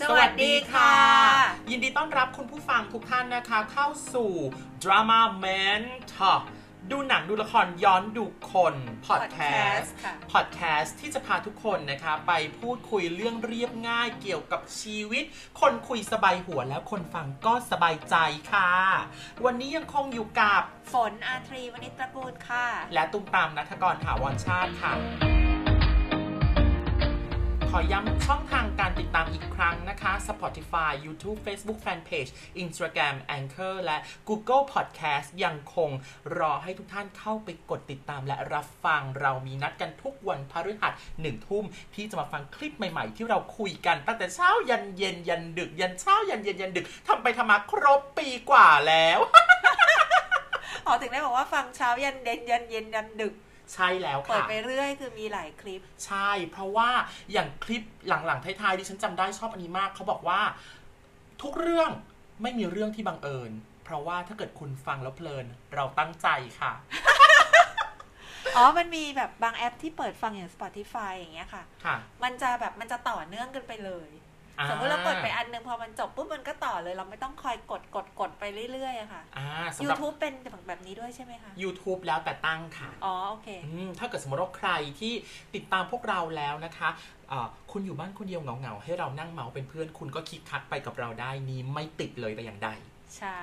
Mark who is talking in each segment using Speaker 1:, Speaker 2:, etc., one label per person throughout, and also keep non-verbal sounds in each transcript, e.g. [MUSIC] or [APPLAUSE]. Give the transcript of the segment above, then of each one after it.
Speaker 1: สวัสดีค่ะ
Speaker 2: ยินดีต้อนรับคุณผู้ฟังทุกท่านนะคะ เข้าสู่ Drama Mentor ดูหนังดูละครย้อนดูคนพอดแคส
Speaker 1: Podcast
Speaker 2: ต์
Speaker 1: ค่ะ
Speaker 2: พอดแคสต์ที่จะพาทุกคนนะคะ ไปพูดคุยเรื่องเรียบง่ายเกี่ยวกับชีวิต คนคุยสบายหัวแล้วคนฟังก็สบายใจค่ะ วันนี้ยังคงอยู่กับ
Speaker 1: ฝนอาทรีวณิชตระกูลค่ะ
Speaker 2: และตุ้มตามนัทกรถาวรชาติค่ะ ขอย้ำช่องทางการติดตามอีกครั้งนะคะ Spotify YouTube Facebook Fanpage Instagram Anchor และ Google Podcast ยังคงรอให้ทุกท่านเข้าไปกดติดตามและรับฟังเรามีนัดกันทุกวันพฤหัสหนึ่งทุ่ม ที่จะมาฟังคลิปใหม่ๆ ที่เราคุยกันตั้งแต่เช้ายันเย็นยันดึก ยันเช้ายันเย็นยันดึกทำไปทำมาครบปีกว่าแล้ว [LAUGHS]
Speaker 1: ออกถึงได้บอกว่าฟังเช้ายันเย็นยันเย็นยันดึก
Speaker 2: ใช่แล้วค่ะ
Speaker 1: เปิดไปเรื่อยคือมีหลายคลิป
Speaker 2: ใช่ เพราะว่าอย่างคลิปหลังๆท้ายๆที่ฉันจำได้ชอบอันนี้มาก เขาบอกว่า ทุกเรื่องไม่มีเรื่องที่บังเอิญ เพราะว่าถ้าเกิดคุณฟังแล้วเพลิน เราตั้งใจค่ะ
Speaker 1: อ๋อ มันมีแบบบางแอปที่เปิดฟังอย่าง Spotify อย่างเงี้ยค่ะ
Speaker 2: ค่ะ
Speaker 1: มันจะแบบมันจะต่อเนื่องกันไปเลย
Speaker 2: อ่
Speaker 1: สมมติเราเปิดไปอันหนึงพอมันจบปุ๊บมันก็ต่อเลย เราไม่ต้องคอยกดกดกดไปเรื่อยๆอะค่ะ
Speaker 2: อ่าสำหรับ
Speaker 1: YouTube เป็นแบบนี้ด้วยใช่ไหมคะ
Speaker 2: YouTube แล้วแต่ตั้งค่ะ
Speaker 1: อ๋อ โอเค
Speaker 2: อืมถ้าเกิดสมมติว่าใครที่ติดตามพวกเราแล้วนะคะอ่าคุณอยู่บ้านคนเดียวเหงาๆให้เรานั่งเมาเป็นเพื่อนคุณก็คลิกคักไปกับเราได้นี้ไม่ติดเลยแต่อย่างใด
Speaker 1: ใช่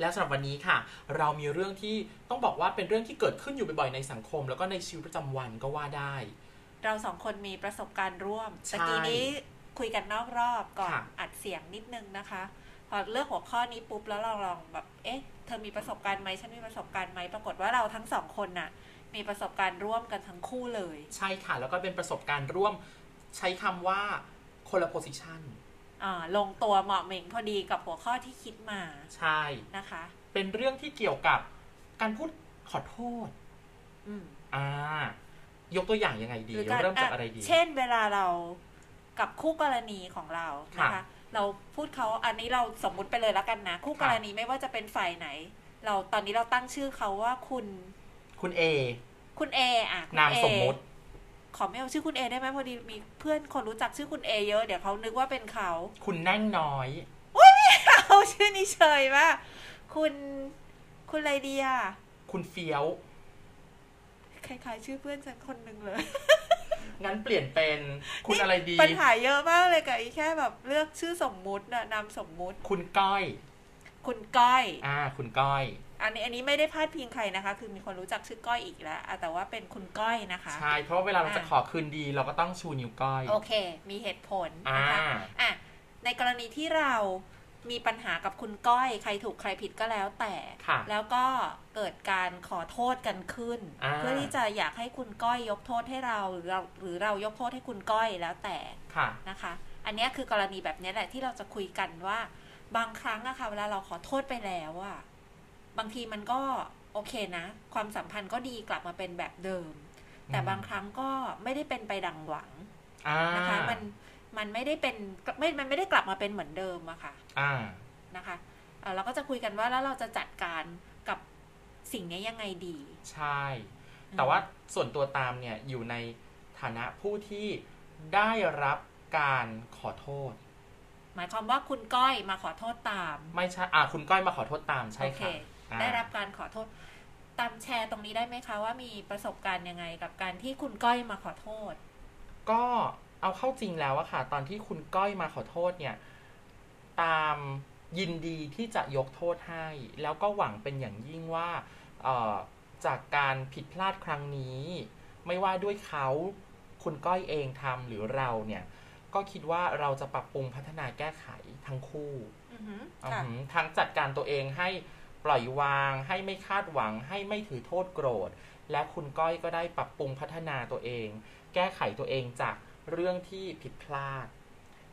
Speaker 2: แล้วสำหรับวันนี้ค่ะ เรามีเรื่องที่ต้องบอกว่าเป็นเรื่องที่เกิดขึ้นอยู่บ่อยๆในสังคม แล้วก็ในชีวิตประจำวันก็ว่าได้
Speaker 1: เราสองคนมีประสบการณ์ร่วม
Speaker 2: ใช่
Speaker 1: ตะกี้นี้คุยกันนอกรอบก่อน
Speaker 2: ค่ะ
Speaker 1: อัดเสียงนิดนึงนะคะ พอเลือกหัวข้อนี้ปุ๊บแล้วเราลองแบบ เอ๊ะ เธอมีประสบการณ์ไหมฉันมีประสบการณ์ไหมปรากฏว่าเราทั้งสองคนน่ะ มีประสบการณ์ร่วมกันทั้งคู่เลย
Speaker 2: ใช่ค่ะ แล้วก็เป็นประสบการณ์ร่วมใช้คำว่าคนละโพสิชัน
Speaker 1: อ่า ลงตัวเหมาะเหม่งพอดีกับหัวข้อที่คิดมา
Speaker 2: ใช่
Speaker 1: นะคะ
Speaker 2: เป็นเรื่องที่เกี่ยวกับการพูดขอโทษ
Speaker 1: อืม
Speaker 2: อ่า ยกตัวอย่างยังไงดี
Speaker 1: กา
Speaker 2: เริ่มจาก
Speaker 1: ะ
Speaker 2: อะไรดี
Speaker 1: เช่น เวลาเรากับคู่กรณีของเรานะคะ
Speaker 2: ค่ะ
Speaker 1: เราพูดเขาอันนี้เราสมมุติไปเลยแล้วกันนะ คู่
Speaker 2: ค่ะ
Speaker 1: กรณีไม่ว่าจะเป็นฝ่ายไหน เราตอนนี้เราตั้งชื่อเขาว่าคุณ
Speaker 2: คุณเอ
Speaker 1: คุณเออะคุณ
Speaker 2: นาม
Speaker 1: เอ
Speaker 2: สมมุติ
Speaker 1: ขอไม่เอาชื่อคุณเอได้ไหมพอดีมีเพื่อนคนรู้จักชื่อคุณเอเยอะเดี๋ยวเขานึกว่าเป็นเขา [LAUGHS]
Speaker 2: คุณแน่งน้อย
Speaker 1: เอาชื่อนี้เฉยว่าคุณคุณอะไรดีอะ
Speaker 2: คุณเฟี้ยว
Speaker 1: คล้ายๆ ชื่อเพื่อนฉันคนหนึ่งเลย
Speaker 2: [LAUGHS] งั้นเปลี่ยนเป็นคุณอะไรดี
Speaker 1: ปัญหาเยอะมากเลยกับไอ้แค่แบบเลือกชื่อสมมุติน่ะนามสมมุติ
Speaker 2: คุณก้อย
Speaker 1: คุณก้อย
Speaker 2: อ่า คุณก้อย
Speaker 1: อันนี้อันนี้ไม่ได้พาดพิงใครนะคะ คือมีคนรู้จักชื่อก้อยอีกแล้วอ่ะแต่ว่าเป็นคุณก้อยนะคะ
Speaker 2: ใช่ เพราะว่าเวลาเรา
Speaker 1: อ่า
Speaker 2: จะขอคืนดี เราก็ต้องชูนิ้วก้อย
Speaker 1: โอเค มีเหตุผล
Speaker 2: อ่า
Speaker 1: นะคะ อ่ะในกรณีที่เรามีปัญหากับคุณก้อย ใครถูกใครผิดก็แล้วแต่
Speaker 2: ค่ะ
Speaker 1: แล้วก็เกิดการขอโทษกันขึ้น
Speaker 2: อ่า
Speaker 1: เพื่อที่จะอยากให้คุณก้อยยกโทษให้เราหรือเราหรือเรายกโทษให้คุณก้อยแล้วแต่
Speaker 2: ค่ะ
Speaker 1: นะคะ อันเนี้ยคือกรณีแบบเนี้ยแหละที่เราจะคุยกันว่า บางครั้งอะค่ะเวลาเราขอโทษไปแล้วอะบางทีมันก็โอเคนะ ความสัมพันธ์ก็ดีกลับมาเป็นแบบเดิม แต่
Speaker 2: อืม
Speaker 1: บางครั้งก็ไม่ได้เป็นไปดังหวัง
Speaker 2: อ่า
Speaker 1: นะคะมันมันไม่ได้เป็นไม่ มันไม่ได้กลับมาเป็นเหมือนเดิมอะค่ะ
Speaker 2: อ่า
Speaker 1: นะคะเอ่อเราก็จะคุยกันว่าแล้วเราจะจัดการกับสิ่งเนี้ยยังไงดี
Speaker 2: ใช่ แต่ว่าส่วนตัวตามเนี่ย อยู่ในฐานะผู้ที่ได้รับการขอโทษ
Speaker 1: หมายความว่าคุณก้อยมาขอโทษตาม
Speaker 2: ไม่ใช่ อ่า คุณก้อยมาขอโทษตามใช่
Speaker 1: โอเค
Speaker 2: ค่ะอ่า
Speaker 1: ได้รับการขอโทษ ตามแชร์ตรงนี้ได้ไหมคะว่ามีประสบการณ์ยังไงกับการที่คุณก้อยมาขอโทษ
Speaker 2: ก็เอาเข้าจริงแล้วอะค่ะ ตอนที่คุณก้อยมาขอโทษเนี่ย ตามยินดีที่จะยกโทษให้ แล้วก็หวังเป็นอย่างยิ่งว่าเอ่อจากการผิดพลาดครั้งนี้ ไม่ว่าด้วยเขาคุณก้อยเองทำหรือเราเนี่ย ก็คิดว่าเราจะปรับปรุงพัฒนาแก้ไขทั้งคู่
Speaker 1: อือหือ
Speaker 2: อื
Speaker 1: ค่ะ
Speaker 2: มทั้งจัดการตัวเองให้ปล่อยวาง ให้ไม่คาดหวัง ให้ไม่ถือโทษโกรธ และคุณก้อยก็ได้ปรับปรุงพัฒนาตัวเอง แก้ไขตัวเองจากเรื่องที่ผิดพลาด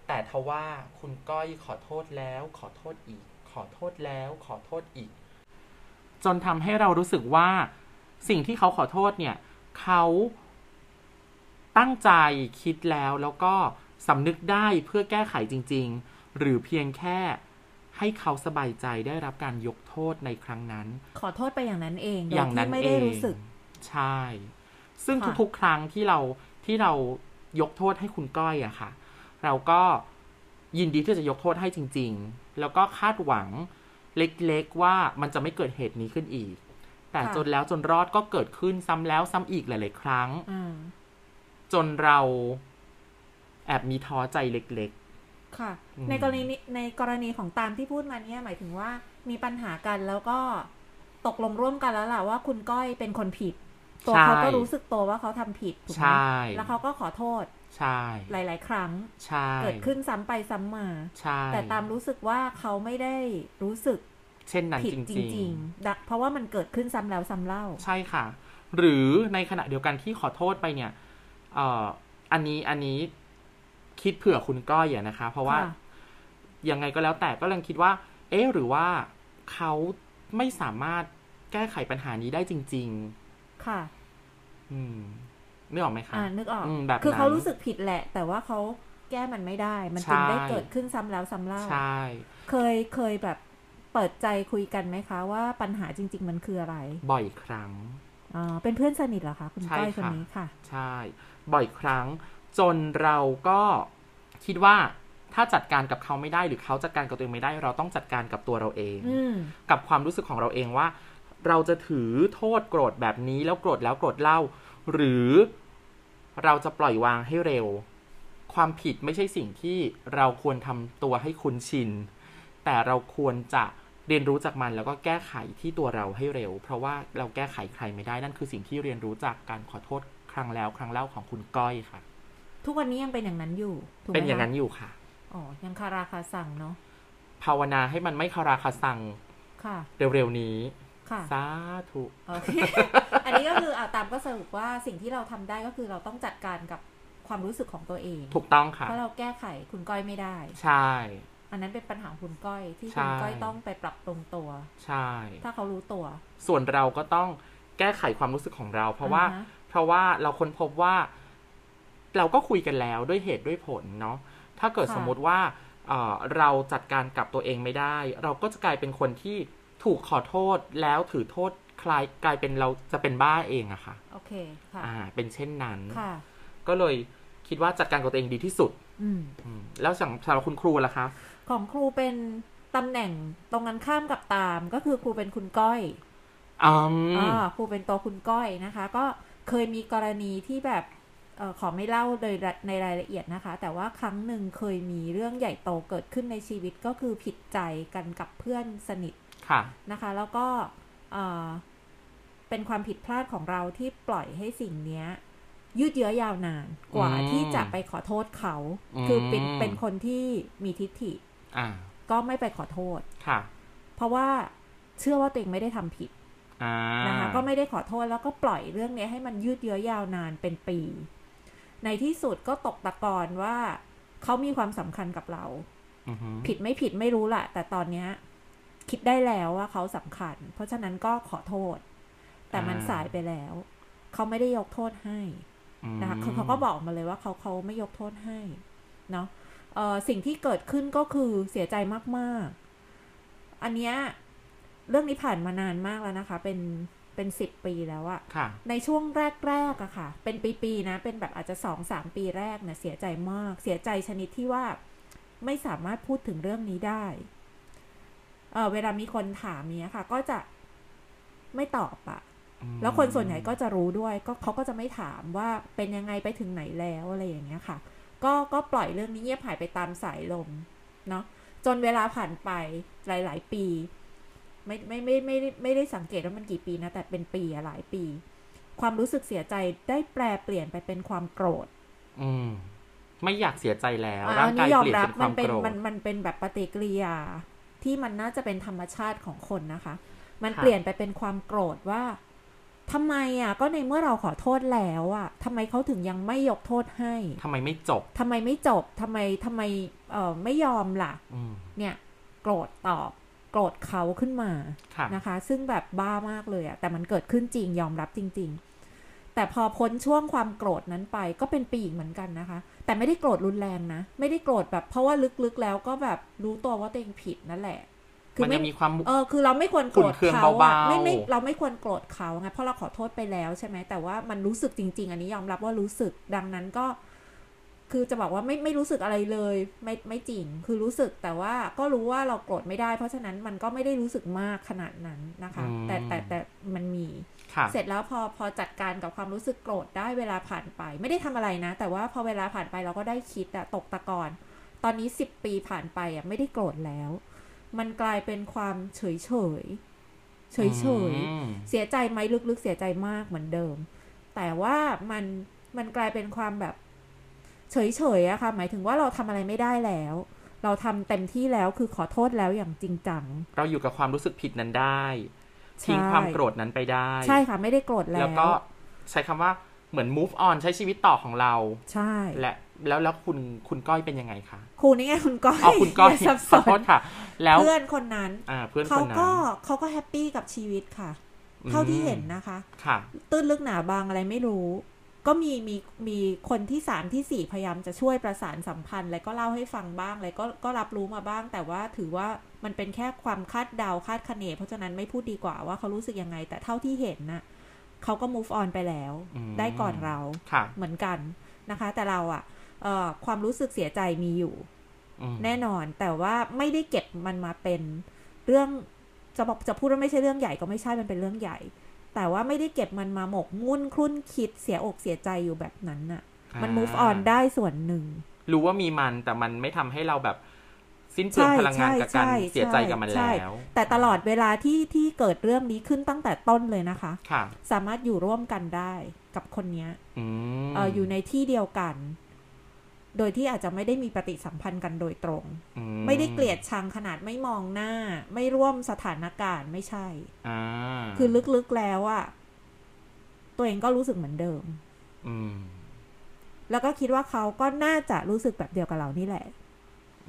Speaker 2: แต่ทว่าคุณก้อยขอโทษแล้ว ขอโทษอีก ขอโทษแล้ว ขอโทษอีก จนทำให้เรารู้สึกว่าสิ่งที่เขาขอโทษเนี่ย เขาตั้งใจคิดแล้วแล้วก็สำนึกได้เพื่อแก้ไขจริง ๆ หรือเพียงแค่ให้เขาสบายใจได้รับการยกโทษในครั้งนั้น
Speaker 1: ขอโทษไปอย่างนั้นเอง
Speaker 2: อย่างนั้นเองใช่ ซึ่ง
Speaker 1: ค่ะ
Speaker 2: ทุกๆ ครั้งที่เราที่เรายกโทษให้คุณก้อยอะค่ะ เราก็ ยินดีที่จะยกโทษให้จริง ๆ แล้วก็คาดหวังเล็กๆว่ามันจะไม่เกิดเหตุนี้ขึ้นอีก แต่
Speaker 3: ค่ะ
Speaker 2: จนแล้วจนรอดก็เกิดขึ้นซ้ำแล้วซ้ำอีกหลายๆครั้ง
Speaker 1: อืม
Speaker 2: จนเราแอบมีท้อใจเล็ก
Speaker 1: ค่ะ
Speaker 2: อืม
Speaker 1: ในกรณีนี้ในกรณีของตามที่พูดมาเนี่ยหมายถึงว่ามีปัญหากันแล้วก็ตกลงร่วมกันแล้วล่ะว่าคุณก้อยเป็นคนผิด ตัวเขาก็รู้สึกตัวว่าเขาทำผิดถูก
Speaker 2: ๆ
Speaker 1: ไห
Speaker 2: ใช
Speaker 1: ม่ แล้วเขาก็ขอโทษ
Speaker 2: ใช่
Speaker 1: หลาย ๆ ครั้ง
Speaker 2: ใช่
Speaker 1: เกิดขึ้นซ้ำไปซ้ำมา
Speaker 2: ใช่
Speaker 1: แต่ตามรู้สึกว่าเขาไม่ได้รู้สึก
Speaker 2: เช่นนั้น
Speaker 1: ผิด
Speaker 2: จ
Speaker 1: จ
Speaker 2: ริ
Speaker 1: ริ
Speaker 2: ง
Speaker 1: ง
Speaker 2: ๆ
Speaker 1: ๆดักเพราะว่ามันเกิดขึ้นซ้ำแล้วซ้ำเล่า
Speaker 2: ใช่ค่ะ หรือในขณะเดียวกันที่ขอโทษไปเนี่ยเอ่ออันนี้อันนี้คิดเผื่อคุณก้อยอะนะคะ เพราะว่า
Speaker 1: ค่ะ
Speaker 2: ยังไงก็แล้วแต่ก็ลังคิดว่า เอ๊ะหรือว่าเขาไม่สามารถแก้ไขปัญหานี้ได้จริง
Speaker 1: ค่ะ
Speaker 2: ๆ อืมนึกออกไหมคะ
Speaker 1: อ่านึกออก
Speaker 2: อืมแบบนั้น
Speaker 1: คือเขารู้สึกผิดแหละ แต่ว่าเขาแก้มันไม่ได้ มันจึง
Speaker 2: ใช่
Speaker 1: ได้เกิดขึ้นซ้ำแล้วซ้ำเล่า
Speaker 2: ใช่
Speaker 1: เคยเคยแบบเปิดใจคุยกันไหมคะ ว่าปัญหาจริง ๆ มันคืออะไร
Speaker 2: บ่อยครั้ง
Speaker 1: อ่าเป็นเพื่อนสนิทเหรอคะ คุณ
Speaker 2: ใช่
Speaker 1: ก้อยคน
Speaker 2: ค่ะ
Speaker 1: นี้ค่ะ
Speaker 2: ใช่ บ่อยครั้ง จนเราก็คิดว่าถ้าจัดการกับเขาไม่ได้หรือเขาจัดการกับตัวเองไม่ได้ เราต้องจัดการกับตัวเราเอง
Speaker 1: อืม
Speaker 2: กับความรู้สึกของเราเองว่า เราจะถือโทษโกรธแบบนี้แล้วโกรธแล้วโกรธเล่า หรือเราจะปล่อยวางให้เร็ว ความผิดไม่ใช่สิ่งที่เราควรทำตัวให้คุ้นชิน แต่เราควรจะเรียนรู้จากมันแล้วก็แก้ไขที่ตัวเราให้เร็ว เพราะว่าเราแก้ไขใครไม่ได้นั่นคือสิ่งที่เรียนรู้จากการขอโทษครั้งแล้ว ครั้งเล่าของคุณก้อยค่ะ
Speaker 1: ทุกวันนี้ยังเป็นอย่างนั้นอยู่ถูกไหม
Speaker 2: เป็นอย่างนั้น
Speaker 1: คะ
Speaker 2: อยู่ค่ะ
Speaker 1: อ๋อยังคาราคาสั่งเนาะ
Speaker 2: ภาวนาให้มันไม่คาราคาซัง
Speaker 1: ค่ะ
Speaker 2: เร็วๆนี้
Speaker 1: ค่ะ
Speaker 2: สาธุ
Speaker 1: โอเค [LAUGHS] อันนี้ก็คืออ่าตามก็สรุปว่าสิ่งที่เราทำได้ก็คือเราต้องจัดการกับความรู้สึกของตัวเอง
Speaker 2: ถูกต้องค่ะ
Speaker 1: เพราะเราแก้ไขคุณก้อยไม่ได้
Speaker 2: ใช่
Speaker 1: อันนั้นเป็นปัญหาของคุณก้อยที่
Speaker 2: ใช่
Speaker 1: คุณก้อยต้องไปปรับปรุงตัว
Speaker 2: ใช่
Speaker 1: ถ้าเขารู้ตัว
Speaker 2: ส่วนเราก็ต้องแก้ไขความรู้สึกของเรา เพราะว่า
Speaker 1: อ่าฮะ
Speaker 2: เพราะว่าเราค้นพบว่า เราก็คุยกันแล้วด้วยเหตุด้วยผลเนาะถ้าเกิดสมมติว่าเอ่อเราจัดการกับตัวเองไม่ได้ เราก็จะกลายเป็นคนที่ถูกขอโทษแล้วถือโทษคลายกลายเป็นเราจะเป็นบ้าเองอะค่ะ
Speaker 1: โอเคค่ะ
Speaker 2: อ่า เป็นเช่นนั้น
Speaker 1: ค่ะ
Speaker 2: ก็เลยคิดว่าจัดการกับตัวเองดีที่สุด
Speaker 1: อืม
Speaker 2: อืมแล้วสำหรับสำหรับคุณครูล่ะคะ
Speaker 1: ของครูเป็นตำแหน่งตรงกันข้ามกับตามก็คือครูเป็นคุณก้อย
Speaker 2: อืม
Speaker 1: อ่าครูเป็นตัวคุณก้อยนะคะ ก็เคยมีกรณีที่แบบเออขอไม่เล่าโดยละในรายละเอียดนะคะ แต่ว่าครั้งหนึ่งเคยมีเรื่องใหญ่โตเกิดขึ้นในชีวิตก็คือผิดใจกันกับเพื่อนสนิท
Speaker 2: ค่ะ
Speaker 1: นะคะแล้วก็เอ่อเป็นความผิดพลาดของเราที่ปล่อยให้สิ่งเนี้ย ยืดเยื้อยาวนานกว่า
Speaker 2: อืม
Speaker 1: ที่จะไปขอโทษเขา
Speaker 2: อืม
Speaker 1: คือเป็นเป็นคนที่มีทิฏฐิ
Speaker 2: อ่า
Speaker 1: ก็ไม่ไปขอโทษ
Speaker 2: ค่ะ
Speaker 1: เพราะว่าเชื่อว่าตัวเองไม่ได้ทำผิด
Speaker 2: อ่า
Speaker 1: นะคะก็ไม่ได้ขอโทษแล้วก็ปล่อยเรื่องเนี้ยให้มันยืดเยื้อยาวนานเป็นปี ในที่สุดก็ตกตะกอนว่าเขามีความสำคัญกับเรา
Speaker 2: อือหือ
Speaker 1: ผิดไม่ผิดไม่รู้แหละแต่ตอนเนี้ยคิดได้แล้วว่าเขาสำคัญ เพราะฉะนั้นก็ขอโทษ แต่มัน
Speaker 2: อ่า
Speaker 1: สายไปแล้ว เขาไม่ได้ยกโทษให้นะคะเขาเขาก็บอกมาเลยว่าเขาเขาไม่ยกโทษให้เนาะเอ่อสิ่งที่เกิดขึ้นก็คือเสียใจมากๆ อันเนี้ยเรื่องนี้ผ่านมานานมากแล้วนะคะ เป็นเป็นสิบปีแล้วอะ
Speaker 2: ค่ะ
Speaker 1: ในช่วงแรกๆอะค่ะ เป็นปีๆนะ เป็นแบบอาจจะสองสามปีแรกเนี่ยเสียใจมาก เสียใจชนิดที่ว่าไม่สามารถพูดถึงเรื่องนี้ได้ เออเวลามีคนถามเนี้ยค่ะ ก็จะไม่ตอบอะ
Speaker 2: อืม
Speaker 1: แล้วคนส่วนใหญ่ก็จะรู้ด้วย ก็เขาก็จะไม่ถามว่าเป็นยังไงไปถึงไหนแล้วอะไรอย่างเงี้ยค่ะ ก็ก็ปล่อยเรื่องนี้เงียบหายไปตามสายลม เนาะจนเวลาผ่านไปหลาย ๆ ปี ไม่ไม่ไม่ไม่ได้ไม่ได้สังเกตว่ามันกี่ปีนะ แต่เป็นปีอะหลายปี ความรู้สึกเสียใจได้แปลเปลี่ยนไปเป็นความโกรธ
Speaker 2: อืม ไม่อยากเสียใจแล้ว
Speaker 1: อ่ะ
Speaker 2: ร่าง
Speaker 1: อัน
Speaker 2: กา
Speaker 1: นี้
Speaker 2: ย
Speaker 1: ยอม
Speaker 2: เปลี่ยน
Speaker 1: รับ
Speaker 2: เป็นค
Speaker 1: มัเป็น
Speaker 2: วาน มโกรธ
Speaker 1: มันมันเป็นแบบปฏิกิริยา ที่มันน่าจะเป็นธรรมชาติของคนนะคะ มัน
Speaker 2: ค่ะ
Speaker 1: เปลี่ยนไปเป็นความโกรธว่าทำไมอ่ะก็ในเมื่อเราขอโทษแล้วอ่ะทำไมเขาถึงยังไม่ยกโทษให้
Speaker 2: ทำไมไม่จบ
Speaker 1: ทำไมไม่จบทำไมทำไมเอ่อไม่ยอมล่ะ
Speaker 2: อืม
Speaker 1: เนี่ยโกรธตอบโกรธเขาขึ้นมา
Speaker 2: ค่ะ
Speaker 1: นะคะ ซึ่งแบบบ้ามากเลยอะแต่มันเกิดขึ้นจริงยอมรับจริง ๆ แต่พอพ้นช่วงความโกรธนั้นไปก็เป็นปีอีกเหมือนกันนะคะ แต่ไม่ได้โกรธรุนแรงนะ ไม่ได้โกรธแบบเพราะว่าลึกๆแล้วก็แบบรู้ตัวว่าตัวเองผิดนั่นแหละ คือ
Speaker 2: มัน
Speaker 1: ไม่
Speaker 2: ยังมีความ
Speaker 1: เออคือเราไม่ควรโกรธ
Speaker 2: ขุ่นเคือง
Speaker 1: เขาอะ
Speaker 2: เบาๆ
Speaker 1: ไม่ไม่เราไม่ควรโกรธเขาไงเพราะเราขอโทษไปแล้วใช่ไหมแต่ว่ามันรู้สึกจริง ๆ อันนี้ยอมรับว่ารู้สึกดังนั้นก็ คือจะบอกว่าไม่ไม่รู้สึกอะไรเลยไม่ไม่จริง คือรู้สึกแต่ว่าก็รู้ว่าเราโกรธไม่ได้ เพราะฉะนั้นมันก็ไม่ได้รู้สึกมากขนาดนั้นนะคะ
Speaker 2: อืม
Speaker 1: แต่แต่แต่มันมี
Speaker 2: ค่ะ
Speaker 1: เสร็จแล้วพอพอจัดการกับความรู้สึกโกรธได้เวลาผ่านไป ไม่ได้ทำอะไรนะ แต่ว่าพอเวลาผ่านไปเราก็ได้คิดอะตกตะกอนตอนนี้ 10 ปีผ่านไปอะไม่ได้โกรธแล้ว มันกลายเป็นความเฉยเฉยเฉยเฉยๆ
Speaker 2: อืม
Speaker 1: เสียใจไหมลึกๆ เสียใจมากเหมือนเดิม แต่ว่ามันมันกลายเป็นความแบบ เฉยๆอะค่ะ หมายถึงว่าเราทำอะไรไม่ได้แล้ว เราทำเต็มที่แล้วคือขอโทษแล้วอย่างจริงจัง
Speaker 2: เราอยู่กับความรู้สึกผิดนั้นได้ ทิ้ง
Speaker 1: ใช่
Speaker 2: ความโกรธนั้นไปได้
Speaker 1: ใช่ค่ะ ไม่ได้โกรธแล้ว
Speaker 2: แล้วก็ใช้คำว่าเหมือน move on ใช้ชีวิตต่อของเรา
Speaker 1: ใช่
Speaker 2: และแล้วแล้วคุณคุณก้อยเป็นยังไงคะ
Speaker 1: ครูนี่ไงคุณก้อย
Speaker 2: อ๋อคุณก้อย
Speaker 1: ย่าสับ
Speaker 2: ข
Speaker 1: ส
Speaker 2: อโท
Speaker 1: น
Speaker 2: ษค่ะ แล้ว
Speaker 1: เพื่อนคนนั้น
Speaker 2: อ่าเพื่อนค
Speaker 1: เขา
Speaker 2: นนั้น
Speaker 1: ก็เขาก็แฮปปี้กับชีวิตค่ะ เท่าที่เห็นนะคะ
Speaker 2: ค่ะ
Speaker 1: ตื้นลึกหนาบางอะไรไม่รู้ ก็มีมีมีคนที่สามที่สี่พยายามจะช่วยประสานสัมพันธ์ อะไรก็เล่าให้ฟังบ้างอะไรก็ก็รับรู้มาบ้าง แต่ว่าถือว่ามันเป็นแค่ความคาดเดาคาดคะเน เพราะฉะนั้นไม่พูดดีกว่าว่าเขารู้สึกยังไง แต่เท่าที่เห็นนะ่ะเขาก็ move on ไปแล้ว
Speaker 2: อืม
Speaker 1: ได้ก่อนเรา
Speaker 2: ค่ะ
Speaker 1: เหมือนกันนะคะ แต่เราอะเอ่อความรู้สึกเสียใจมีอยู่
Speaker 2: อืม
Speaker 1: แน่นอนแต่ว่าไม่ได้เก็บมันมาเป็นเรื่องจะบอกจะพูดว่าไม่ใช่เรื่องใหญ่ก็ไม่ใช่มันเป็นเรื่องใหญ่ แต่ว่าไม่ได้เก็บมันมาหมกมุ่นคลุ้นคิดเสียอกเสียใจอยู่แบบนั้นน่ะ มัน move on ได้ส่วนหนึ่ง
Speaker 2: รู้ว่ามีมันแต่มันไม่ทำให้เราแบบสิ้นเปลืองพลังงานกับการเสียใจกับมัน
Speaker 1: ใช่
Speaker 2: แล้ว
Speaker 1: แต่ตลอดเวลาที่ที่เกิดเรื่องนี้ขึ้นตั้งแต่ต้นเลยนะคะ
Speaker 2: ค่ะ
Speaker 1: สามารถอยู่ร่วมกันได้กับคนเนี้ย
Speaker 2: อืม
Speaker 1: เอ่ออยู่ในที่เดียวกัน โดยที่อาจจะไม่ได้มีปฏิสัมพันธ์กันโดยตรง
Speaker 2: อื
Speaker 1: ไม่ได้เกลียดชังขนาดไม่มองหน้า ไม่ร่วมสถานการณ์ไม่ใช่
Speaker 2: อ่า
Speaker 1: คือลึกๆแล้วอะตัวเองก็รู้สึกเหมือนเดิม
Speaker 2: อืม
Speaker 1: แล้วก็คิดว่าเขาก็น่าจะรู้สึกแบบเดียวกับเรานี่แหละ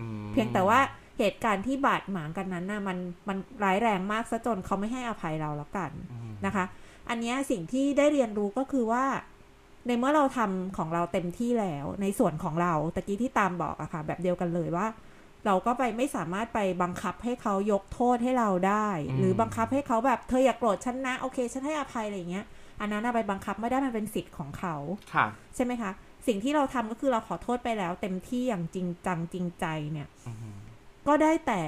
Speaker 2: อืม
Speaker 1: เพียงแต่ว่าเหตุการณ์ที่บาดหมางกันนั้นนะมันมันร้ายแรงมากซะจนเขาไม่ให้อภัยเราแล้วกัน
Speaker 2: อืม
Speaker 1: นะคะ อันเนี้ยสิ่งที่ได้เรียนรู้ก็คือว่า ในเมื่อเราทำของเราเต็มที่แล้ว ในส่วนของเราตะกี้ที่ตามบอกอะค่ะ แบบเดียวกันเลยว่า เราก็ไปไม่สามารถไปบังคับให้เขายกโทษให้เราได้ หรือบังคับให้เขาแบบเธออย่าโกรธฉันนะโอเคฉันให้อภัยอะไรอย่างเงี้ยอันนั้นอะไปบังคับไม่ได้มันเป็นสิทธิ์ของเขา
Speaker 2: ค่ะ
Speaker 1: ใช่ไหมคะ สิ่งที่เราทำก็คือเราขอโทษไปแล้ว เต็มที่อย่างจริงจังจริงใจเนี่ย
Speaker 2: อือฮึ
Speaker 1: ก็ได้แต่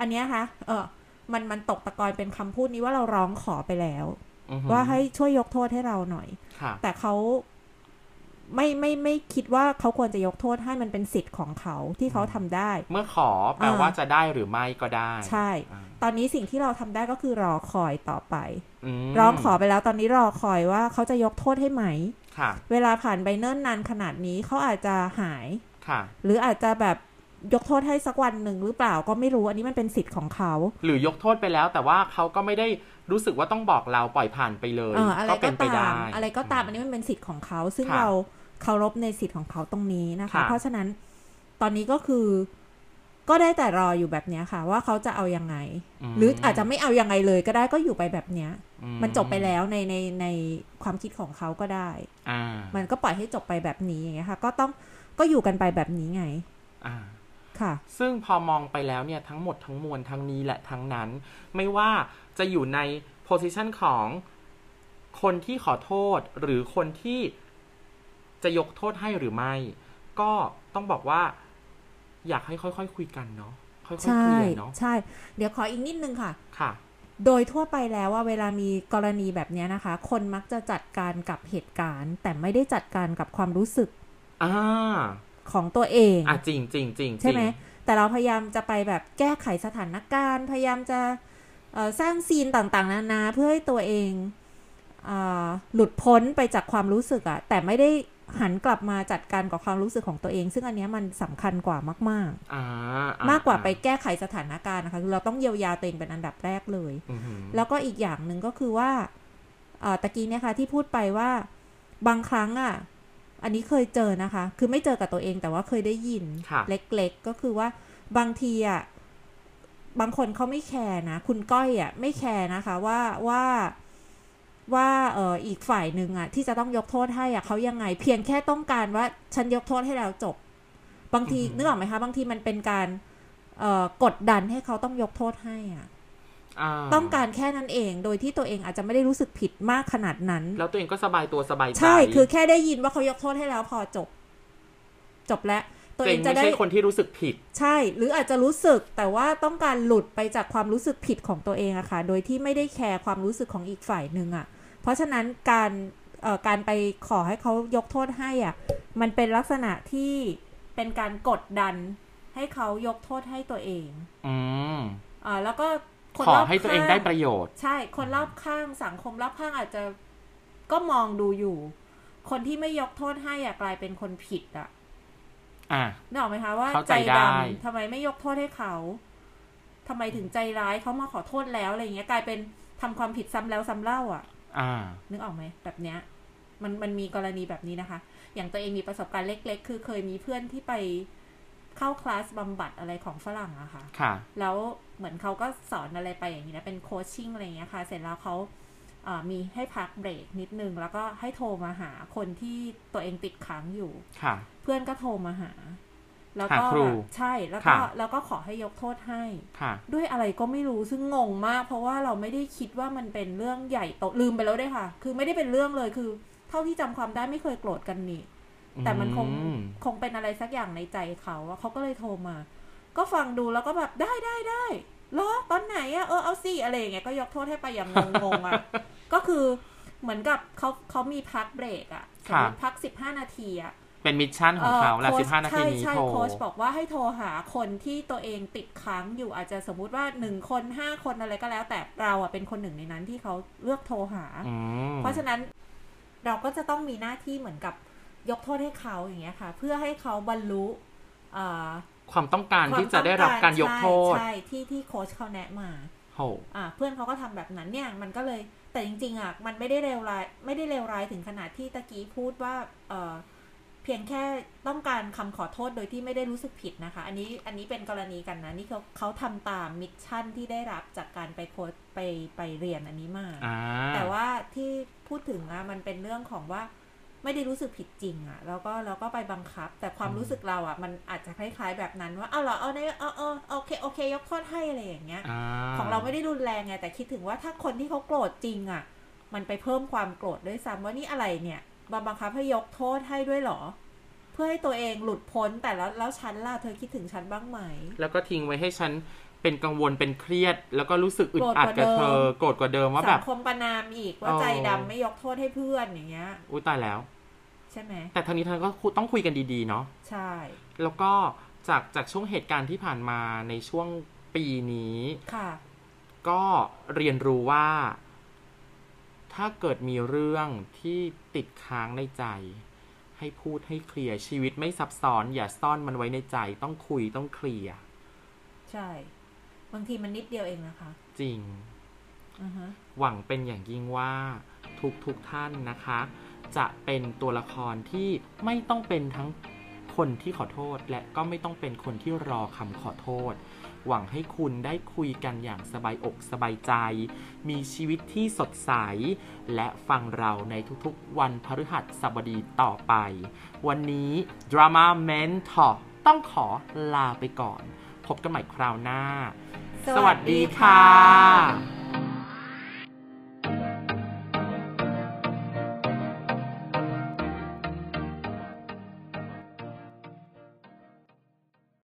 Speaker 1: อันเนี้ยคะเออมันมันตกตะกอนเป็นคำพูดนี้ว่าเราร้องขอไปแล้ว
Speaker 2: อือฮึ
Speaker 1: ว่าให้ช่วยยกโทษให้เราหน่อย
Speaker 2: ค่ะ
Speaker 1: แต่เขาไม่ไม่ไม่คิดว่าเขาควรจะยกโทษให้มันเป็นสิทธิ์ของเขาที่เขาทำได้
Speaker 2: เมื่อขอแปลว่าจะได้หรือไม่ก็ได้
Speaker 1: ใช่
Speaker 2: อ่า
Speaker 1: ตอนนี้สิ่งที่เราทำได้ก็คือรอคอยต่อไป
Speaker 2: ม
Speaker 1: ร้องขอไปแล้วตอนนี้รอคอยว่าเขาจะยกโทษให้ไหม
Speaker 2: ค่ะ
Speaker 1: เวลาผ่านไปเนิ่นนานขนาดนี้เขาอาจจะหาย
Speaker 2: ค่ะ
Speaker 1: หรืออาจจะแบบยกโทษให้สักวันหนึ่งหรือเปล่าก็ไม่รู้อันนี้มันเป็นสิทธิ์ของเขา
Speaker 2: หรือยกโทษไปแล้ว แต่ว่าเขาก็ไม่ได้รู้สึกว่าต้องบอกเราปล่อยผ่านไปเลย
Speaker 1: เอออะไร
Speaker 2: เป็
Speaker 1: ก็
Speaker 2: นไป
Speaker 1: ตา
Speaker 2: ได้
Speaker 1: มอะไรก็ตามอันนี้มันเป็นสิทธิ์ของเขา ซึ่ง
Speaker 2: ค่ะ
Speaker 1: เราเคารพในสิทธิ์ของเขาตรงนี้นะคะ
Speaker 2: ค่ะ
Speaker 1: เพราะฉะนั้นตอนนี้ก็คือก็ได้แต่รออยู่แบบเนี้ยค่ะ ว่าเขาจะเอายังไง
Speaker 2: ม
Speaker 1: หรืออาจจะไม่เอายังไงเลยก็ได้ก็อยู่ไปแบบเนี้ย
Speaker 2: อื
Speaker 1: มันจบไปแล้วในในในความคิดของเขาก็ได้
Speaker 2: อ่า
Speaker 1: มันก็ปล่อยให้จบไปแบบนี้อย่างเงี้ยค่ะ ก็ต้องก็อยู่กันไปแบบนี้ไง
Speaker 2: อ่า
Speaker 1: ค่ะ
Speaker 2: ซึ่งพอมองไปแล้วเนี่ยทั้งหมดทั้งมวลทั้งนี้และทั้งนั้น ไม่ว่าจะอยู่ในโพสิชันของคนที่ขอโทษ หรือคนที่จะยกโทษให้หรือไม่ ก็ต้องบอกว่า อยากให้ค่อยๆคุยกันเนาะค่อยๆเค
Speaker 1: ใช่
Speaker 2: ลียร์เนาะ
Speaker 1: ใช่ เดี๋ยวขออีกนิดนึงค่ะ
Speaker 2: ค่ะ
Speaker 1: โดยทั่วไปแล้วว่าเวลามีกรณีแบบเนี้ยนะคะ คนมักจะจัดการกับเหตุการณ์ แต่ไม่ได้จัดการกับความรู้สึก
Speaker 2: อ่า
Speaker 1: ของตัวเอง
Speaker 2: อ่ะจริงจริงจริงจริง
Speaker 1: ใช่ไหมแต่เราพยายามจะไปแบบแก้ไขสถานการณ์ พยายามจะเอ่อสร้างซีนต่างๆ นานาเพื่อให้ตัวเองเออหลุดพ้นไปจากความรู้สึกอะแต่ไม่ได้หันกลับมาจัดการกับความรู้สึกของตัวเอง ซึ่งอันเนี้ยมันสำคัญกว่ามาก
Speaker 2: อ่าอ่
Speaker 1: ๆ มากกว่าไปแก้ไขสถานการณ์นะคะคือเราต้องเยียวยาตัวเองเป็นอันดับแรกเลย
Speaker 2: อือหือ
Speaker 1: แล้วก็อีกอย่างหนึ่งก็คือว่าเอ่อตะกี้เนี่ยค่ะที่พูดไปว่าบางครั้งอ่ะ อันนี้เคยเจอนะคะ คือไม่เจอกับตัวเองแต่ว่าเคยได้ยิน
Speaker 2: ค่ะ
Speaker 1: เล็กๆ ก็คือว่าบางทีอ่ะบางคนเขาไม่แคร์นะ คุณก้อยอ่ะไม่แคร์นะคะ ว่าว่าว่าเอออีกฝ่ายหนึ่งอ่ะ ที่จะต้องยกโทษให้อ่ะเขายังไง เพียงแค่ต้องการว่าฉันยกโทษให้แล้วจบ บางทีนึกออกไหมคะ บางทีมันเป็นการเอ่อกดดันให้เขาต้องยกโทษให้อ่ะ
Speaker 2: า
Speaker 1: ต้องการแค่นั้นเอง โดยที่ตัวเองอาจจะไม่ได้รู้สึกผิดมากขนาดนั้น
Speaker 2: แล้วตัวเองก็สบายตัวสบายใจ
Speaker 1: ใช่ คือแค่ได้ยินว่าเขายกโทษให้แล้วพอจบ จบแล้วตัว
Speaker 2: ตัว
Speaker 1: เอ
Speaker 2: เอง
Speaker 1: งจะ
Speaker 2: ไม่
Speaker 1: ได้
Speaker 2: ใช่คนที่รู้สึกผิด
Speaker 1: ใช่ หรืออาจจะรู้สึกแต่ว่าต้องการหลุดไปจากความรู้สึกผิดของตัวเองอะค่ะ โดยที่ไม่ได้แคร์ความรู้สึกของอีกฝ่ายหนึ่งอะเพราะฉะนั้นการเอ่อการไปขอให้เขายกโทษให้อะมันเป็นลักษณะที่เป็นการกดดันให้เขายกโทษให้ตัวเอง
Speaker 2: อืม
Speaker 1: เอ่อแล้วก็คน
Speaker 2: ขอ
Speaker 1: รบ
Speaker 2: ให้ตัวเอง
Speaker 1: ข้า
Speaker 2: ได้ประโยชน์
Speaker 1: ใช่ คนรอบข้างสังคมรอบข้างอาจจะก็มองดูอยู่ คนที่ไม่ยกโทษให้อะกลายเป็นคนผิดอะ
Speaker 2: อ่ะ
Speaker 1: นึกออกไหมคะว่า
Speaker 2: เข้าใจได้
Speaker 1: ดำทำไมไม่ยกโทษให้เขาทำไมถึงใจร้ายเขามาขอโทษแล้วอะไรอย่างเงี้ยกลายเป็นทำความผิดซ้ำแล้วซ้ำเล่าอะ
Speaker 2: อ่า
Speaker 1: นึกออกไหมแบบเนี้ยมันมันมีกรณีแบบนี้นะคะ อย่างตัวเองมีประสบการณ์เล็ก ๆ คือเคยมีเพื่อนที่ไปเข้าคลาสบำบัดอะไรของฝรั่งอะค่ะ
Speaker 2: ค่ะ
Speaker 1: แล้วเหมือนเขาก็สอนอะไรไปอย่างนี้นะเป็นโคชชิ่งอะไรอย่างเงี้ยค่ะ เสร็จแล้วเขาเอ่อมีให้พักเบรกนิดนึง แล้วก็ให้โทรมาหาคนที่ตัวเองติดค้างอยู่
Speaker 2: ค่ะ
Speaker 1: เพื่อนก็โทรมาหา แล้วก็
Speaker 2: หาครู
Speaker 1: แบบใช่แล้วก็
Speaker 2: ค่ะ
Speaker 1: แล้วก็ขอให้ยกโทษให้
Speaker 2: ค่ะ
Speaker 1: ด้วยอะไรก็ไม่รู้ซึ่งงงมาก เพราะว่าเราไม่ได้คิดว่ามันเป็นเรื่องใหญ่โตลืมไปแล้วด้วยค่ะ คือไม่ได้เป็นเรื่องเลยคือ เท่าที่จำความได้ไม่เคยโกรธกันนี่ แต่มันคง
Speaker 2: อืม
Speaker 1: คงเป็นอะไรสักอย่างในใจเขาอะเขาก็เลยโทรมา ก็ฟังดูแล้วก็แบบได้ได้ได้เหรอตอนไหนอะเออเอาสิอะไรอย่างเงี้ยก็ยกโทษให้ไปอย่างงงๆอะ [LAUGHS] ก็คือเหมือนกับเขาเขามีพักเบรกอะสม
Speaker 2: ค่ะ
Speaker 1: มติพักสิบห้านาทีอะ
Speaker 2: เป็นมิชชั่นของเขาละ
Speaker 1: โค้ช
Speaker 2: สิบห้านาที
Speaker 1: ใช่
Speaker 2: นี้
Speaker 1: ใช่
Speaker 2: โทร
Speaker 1: โค้ชบอกว่าให้โทรหาคนที่ตัวเองติดค้างอยู่อาจจะสมมุติว่าหนึ่งคนห้าคนอะไรก็แล้ว แต่เราอะเป็นคนหนึ่งในนั้นที่เขาเลือกโทรหา
Speaker 2: อืม
Speaker 1: เพราะฉะนั้นเราก็จะต้องมีหน้าที่เหมือนกับยกโทษให้เขาอย่างเงี้ยค่ะ เพื่อให้เขาบรรลุเอ่อ
Speaker 2: ความต้องการ
Speaker 1: ควม
Speaker 2: ที่จะได้รับ
Speaker 1: ต้อง
Speaker 2: การยกโทษ
Speaker 1: ใช่ใช่ที่ที่โค้ชเขาแนะมา
Speaker 2: โห
Speaker 1: อ่าเพื่อนเขาก็ทำแบบนั้นเนี่ยมันก็เลยแต่จริงๆอ่ะมันไม่ได้เลวร้ายไม่ได้เลวร้ายถึงขนาดที่ตะกี้พูดว่าเอ่อเพียงแค่ต้องการคำขอโทษโดยที่ไม่ได้รู้สึกผิดนะคะ อันนี้อันนี้เป็นกรณีกันนะนี่เขาเขาทำตามมิชชั่นที่ได้รับจากการไปโค้ชไปไปเรียนอันนี้มา
Speaker 2: อ่า
Speaker 1: แต่ว่าที่พูดถึงอะมันเป็นเรื่องของว่าไม่ได้รู้สึกผิดจริงอะแล้วก็แล้วก็ไปบังคับ แต่ความ
Speaker 2: อืม
Speaker 1: รู้สึกเราอะมันอาจจะคล้ายๆแบบนั้นว่าเอาเหรอเอาได้เอาเอาเอาโอเคโอเค ยกโทษให้อะไรอย่างเงี้ย
Speaker 2: อ่า
Speaker 1: ของเราไม่ได้รุนแรงไงแต่คิดถึงว่าถ้าคนที่เขาโกรธจริงอะมันไปเพิ่มความโกรธด้วยซ้ำว่านี่อะไรเนี่ยมาบังคับให้ยกโทษให้ด้วยเหรอ เพื่อให้ตัวเองหลุดพ้นแต่แล้วแล้วฉันล่ะเธอคิดถึงฉันบ้างไหม
Speaker 2: แล้วก็ทิ้งไว้ให้ฉันเป็นกังวลเป็นเครียด แล้วก็รู้สึกอึด
Speaker 1: โกรธ
Speaker 2: อัดกับ
Speaker 1: กว่าเดิม
Speaker 2: เธอโกรธกว่าเดิมว่าแบ
Speaker 1: สั
Speaker 2: บ
Speaker 1: งคมประนามอีกว่า
Speaker 2: เออ
Speaker 1: ใจดำไม่ยกโทษให้เพื่อนอย่างเงี้ย
Speaker 2: อุ้ยตายแล้ว
Speaker 1: ใช่ไหม
Speaker 2: แต่ทางนี้ทางนนก็คุต้องคุยกันดีๆเนาะ
Speaker 1: ใช่
Speaker 2: แล้วก็จากจากช่วงเหตุการณ์ที่ผ่านมาในช่วงปีนี้
Speaker 1: ค่ะ
Speaker 2: ก็เรียนรู้ว่า ถ้าเกิดมีเรื่องที่ติดค้างในใจ ให้พูดให้เคลียร์ชีวิตไม่ซับซ้อน อย่าซ่อนมันไว้ในใจ ต้องคุยต้องเคลียร์
Speaker 1: ใช่ บางทีมันนิดเดียวเองนะคะ
Speaker 2: จริง
Speaker 1: อือฮะ
Speaker 2: หวังเป็นอย่างยิ่งว่าทุกทุกๆท่านนะคะ จะเป็นตัวละครที่ไม่ต้องเป็นทั้งคนที่ขอโทษ และก็ไม่ต้องเป็นคนที่รอคำขอโทษ หวังให้คุณได้คุยกันอย่างสบายอกสบายใจ มีชีวิตที่สดใส และฟังเราในทุกๆวันพฤหัสบดีต่อไป วันนี้ Drama Mentor ต้องขอลาไปก่อน พบกันใหม่คราวหน้า สวัสดีค่ะ